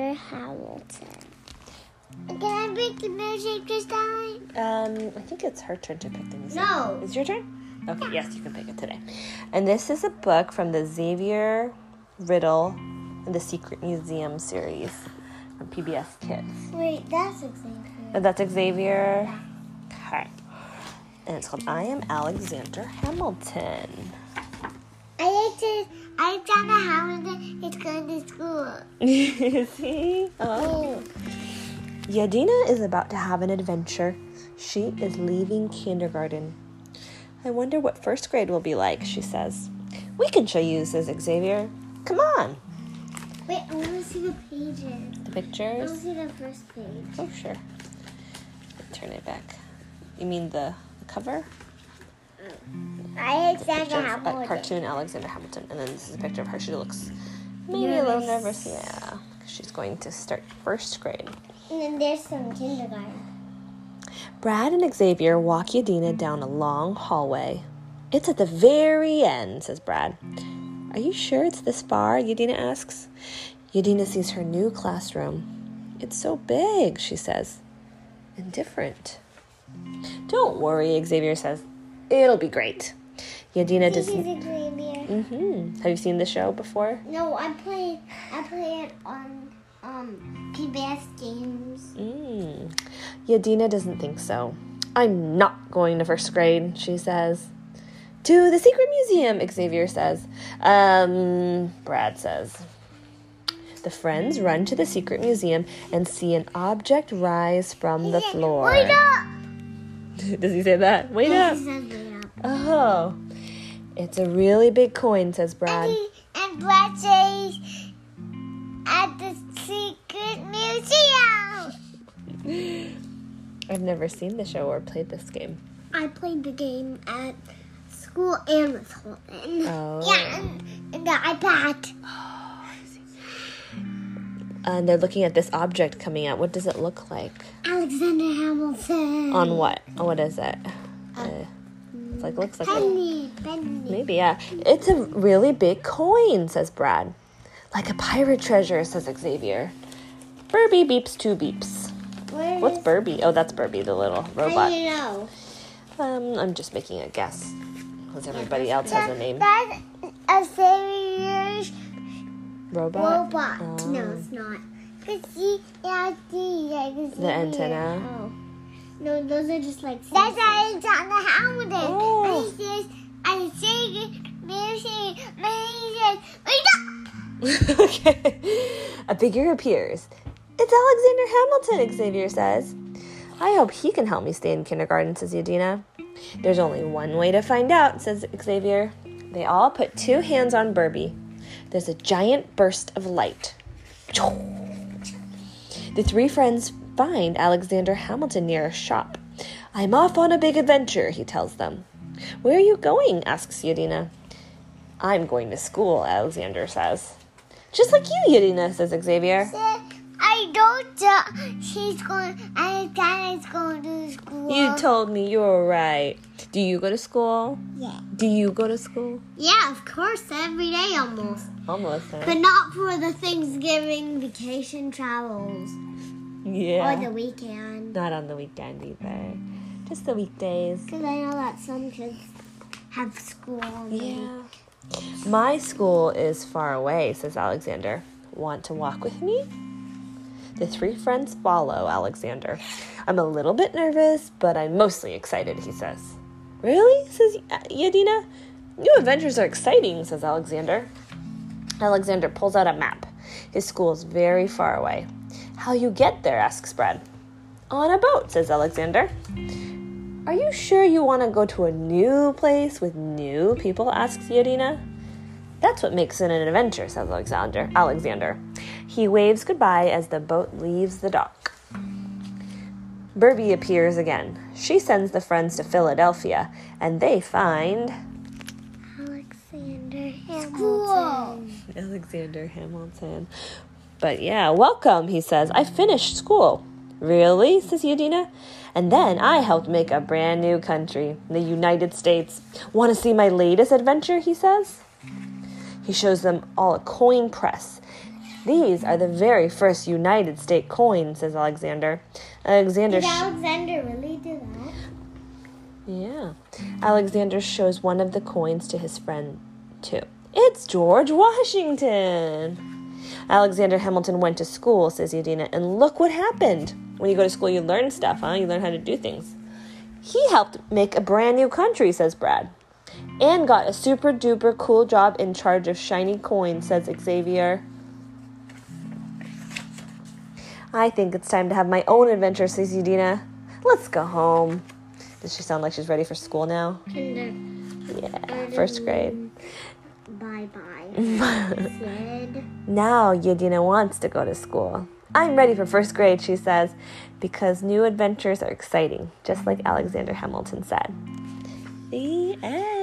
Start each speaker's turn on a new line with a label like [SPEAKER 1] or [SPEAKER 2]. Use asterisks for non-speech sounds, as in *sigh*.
[SPEAKER 1] Hamilton. Can I pick the music this time?
[SPEAKER 2] Um, I think it's her turn to pick the music.
[SPEAKER 1] No.
[SPEAKER 2] It's your turn? Okay, yes, you can pick it today. And this is a book from the Xavier Riddle and the Secret Museum series from PBS Kids.
[SPEAKER 1] Wait, that's exactly.
[SPEAKER 2] And that's Xavier. Okay. And it's called I Am Alexander Hamilton. *laughs*
[SPEAKER 1] I like to. I found a Hamilton. It's going to school.
[SPEAKER 2] See? Oh. Yadina is about to have an adventure. She is leaving kindergarten. I wonder what first grade will be like, she says. We can show you, says Xavier. Come on.
[SPEAKER 1] Wait, I want to see the pages.
[SPEAKER 2] The
[SPEAKER 1] I want to
[SPEAKER 2] pictures?
[SPEAKER 1] see the first page.
[SPEAKER 2] Oh, sure. Turn it back. You mean the, the cover?
[SPEAKER 1] I
[SPEAKER 2] Picture
[SPEAKER 1] Alexander
[SPEAKER 2] of a
[SPEAKER 1] Hamilton.
[SPEAKER 2] cartoon Alexander Hamilton. And then this is a picture of her. She looks maybe a little nervous. Yeah. 'cause She's going to start first grade.
[SPEAKER 1] And then there's some kindergarten.
[SPEAKER 2] Brad and Xavier walk Yadina down a long hallway. It's at the very end, says Brad. Are you sure it's this far? Yadina asks. Yadina sees her new classroom. It's so big, she says, and different. Don't worry, Xavier says. It'll be great. Yadina
[SPEAKER 1] This
[SPEAKER 2] does.
[SPEAKER 1] is *laughs* a green beer.
[SPEAKER 2] hmm Have you seen the show before?
[SPEAKER 1] No, I play. I play it on um PBS games.
[SPEAKER 2] Mm. Yadina doesn't think so. I'm not going to first grade, she says. To the secret museum, Xavier says. Um, Brad says. The friends run to the secret museum and see an object rise from the floor.
[SPEAKER 1] Wait up!
[SPEAKER 2] *laughs* Does he say that? Wait up.
[SPEAKER 1] This is wait up.
[SPEAKER 2] Oh. It's a really big coin, says Brad.
[SPEAKER 1] And Brad says at the secret museum.
[SPEAKER 2] I've never seen the show or played this game.
[SPEAKER 1] I played the game at school and with Holden.
[SPEAKER 2] Oh.
[SPEAKER 1] Yeah, and, and the iPad.
[SPEAKER 2] And they're looking at this object coming out. What does it look like?
[SPEAKER 1] Alexander Hamilton.
[SPEAKER 2] On what? On What is it? Uh, it's like looks like a,
[SPEAKER 1] Penny, Penny.
[SPEAKER 2] maybe yeah. It's a really big coin, says Brad. Like a pirate treasure, says Xavier. Burby beeps two beeps.
[SPEAKER 1] Where
[SPEAKER 2] What's
[SPEAKER 1] is-
[SPEAKER 2] Burby? Oh, that's Burby, the little
[SPEAKER 1] How do
[SPEAKER 2] robot.
[SPEAKER 1] you know?
[SPEAKER 2] Um, I'm just making a guess because everybody else has a name.
[SPEAKER 1] That, that's a serious
[SPEAKER 2] Robot.
[SPEAKER 1] robot.
[SPEAKER 2] Oh.
[SPEAKER 1] No, it's not. Cause see, yeah, see, yeah, cause
[SPEAKER 2] The antenna.
[SPEAKER 1] Oh. No, those are just like. That's an antenna helmet.
[SPEAKER 2] Oh.
[SPEAKER 1] I says, I say, music, music, wait up.
[SPEAKER 2] *laughs* okay. A figure appears. It's Alexander Hamilton, Xavier says. I hope he can help me stay in kindergarten, says Yadina. There's only one way to find out, says Xavier. They all put two hands on Burby. There's a giant burst of light. The three friends find Alexander Hamilton near a shop. I'm off on a big adventure, he tells them. Where are you going? asks Yadina. I'm going to school, Alexander says. Just like you, Yadina, says Xavier.
[SPEAKER 1] Say, I don't. Uh, she's going. Alexander's going to school.
[SPEAKER 2] You told me you were right. Do you go to school?
[SPEAKER 1] yeah.
[SPEAKER 2] Do you go to school?
[SPEAKER 1] Yeah, of course, every day almost.
[SPEAKER 2] Almost. huh?
[SPEAKER 1] But not for the Thanksgiving vacation travels or
[SPEAKER 2] Yeah.
[SPEAKER 1] the weekend.
[SPEAKER 2] Not on the weekend either. Just the weekdays.
[SPEAKER 1] Because I know that some kids have school. on the
[SPEAKER 2] Yeah. My school is far away, says Alexander. Want to walk with me? The three friends follow Alexander. I'm a little bit nervous, but I'm mostly excited, he says. Really? says Y- Yadina. New adventures are exciting, says Alexander. Alexander pulls out a map. His school is very far away. How you get there? asks Brad. On a boat, says Alexander. Are you sure you want to go to a new place with new people? asks Yodina. That's what makes it an adventure, says Alexander. Alexander. He waves goodbye as the boat leaves the dock. Burby appears again. She sends the friends to Philadelphia, and they find
[SPEAKER 1] Alexander Hamilton. School.
[SPEAKER 2] *laughs* Alexander Hamilton. But yeah, welcome, he says. I finished school. Really? says Yadina. And then I helped make a brand new country, the United States. Want to see my latest adventure? he says. He shows them all a coin press. These are the very first United States coins, says Alexander. Alexander.
[SPEAKER 1] Did
[SPEAKER 2] sh-
[SPEAKER 1] Alexander really do that?
[SPEAKER 2] yeah. Alexander shows one of the coins to his friend, too. It's George Washington! Alexander Hamilton went to school, says Yadina, and look what happened. When you go to school, you learn stuff, huh? You learn how to do things. He helped make a brand new country, says Brad. And got a super duper cool job in charge of shiny coins, says Xavier. I think it's time to have my own adventure, says Udina. Let's go home. Does she sound like she's ready for school now?
[SPEAKER 1] Kinder.
[SPEAKER 2] Yeah, first grade.
[SPEAKER 1] Bye bye. said.
[SPEAKER 2] Now Yudina wants to go to school. I'm ready for first grade, she says, because new adventures are exciting, just like Alexander Hamilton said. The end.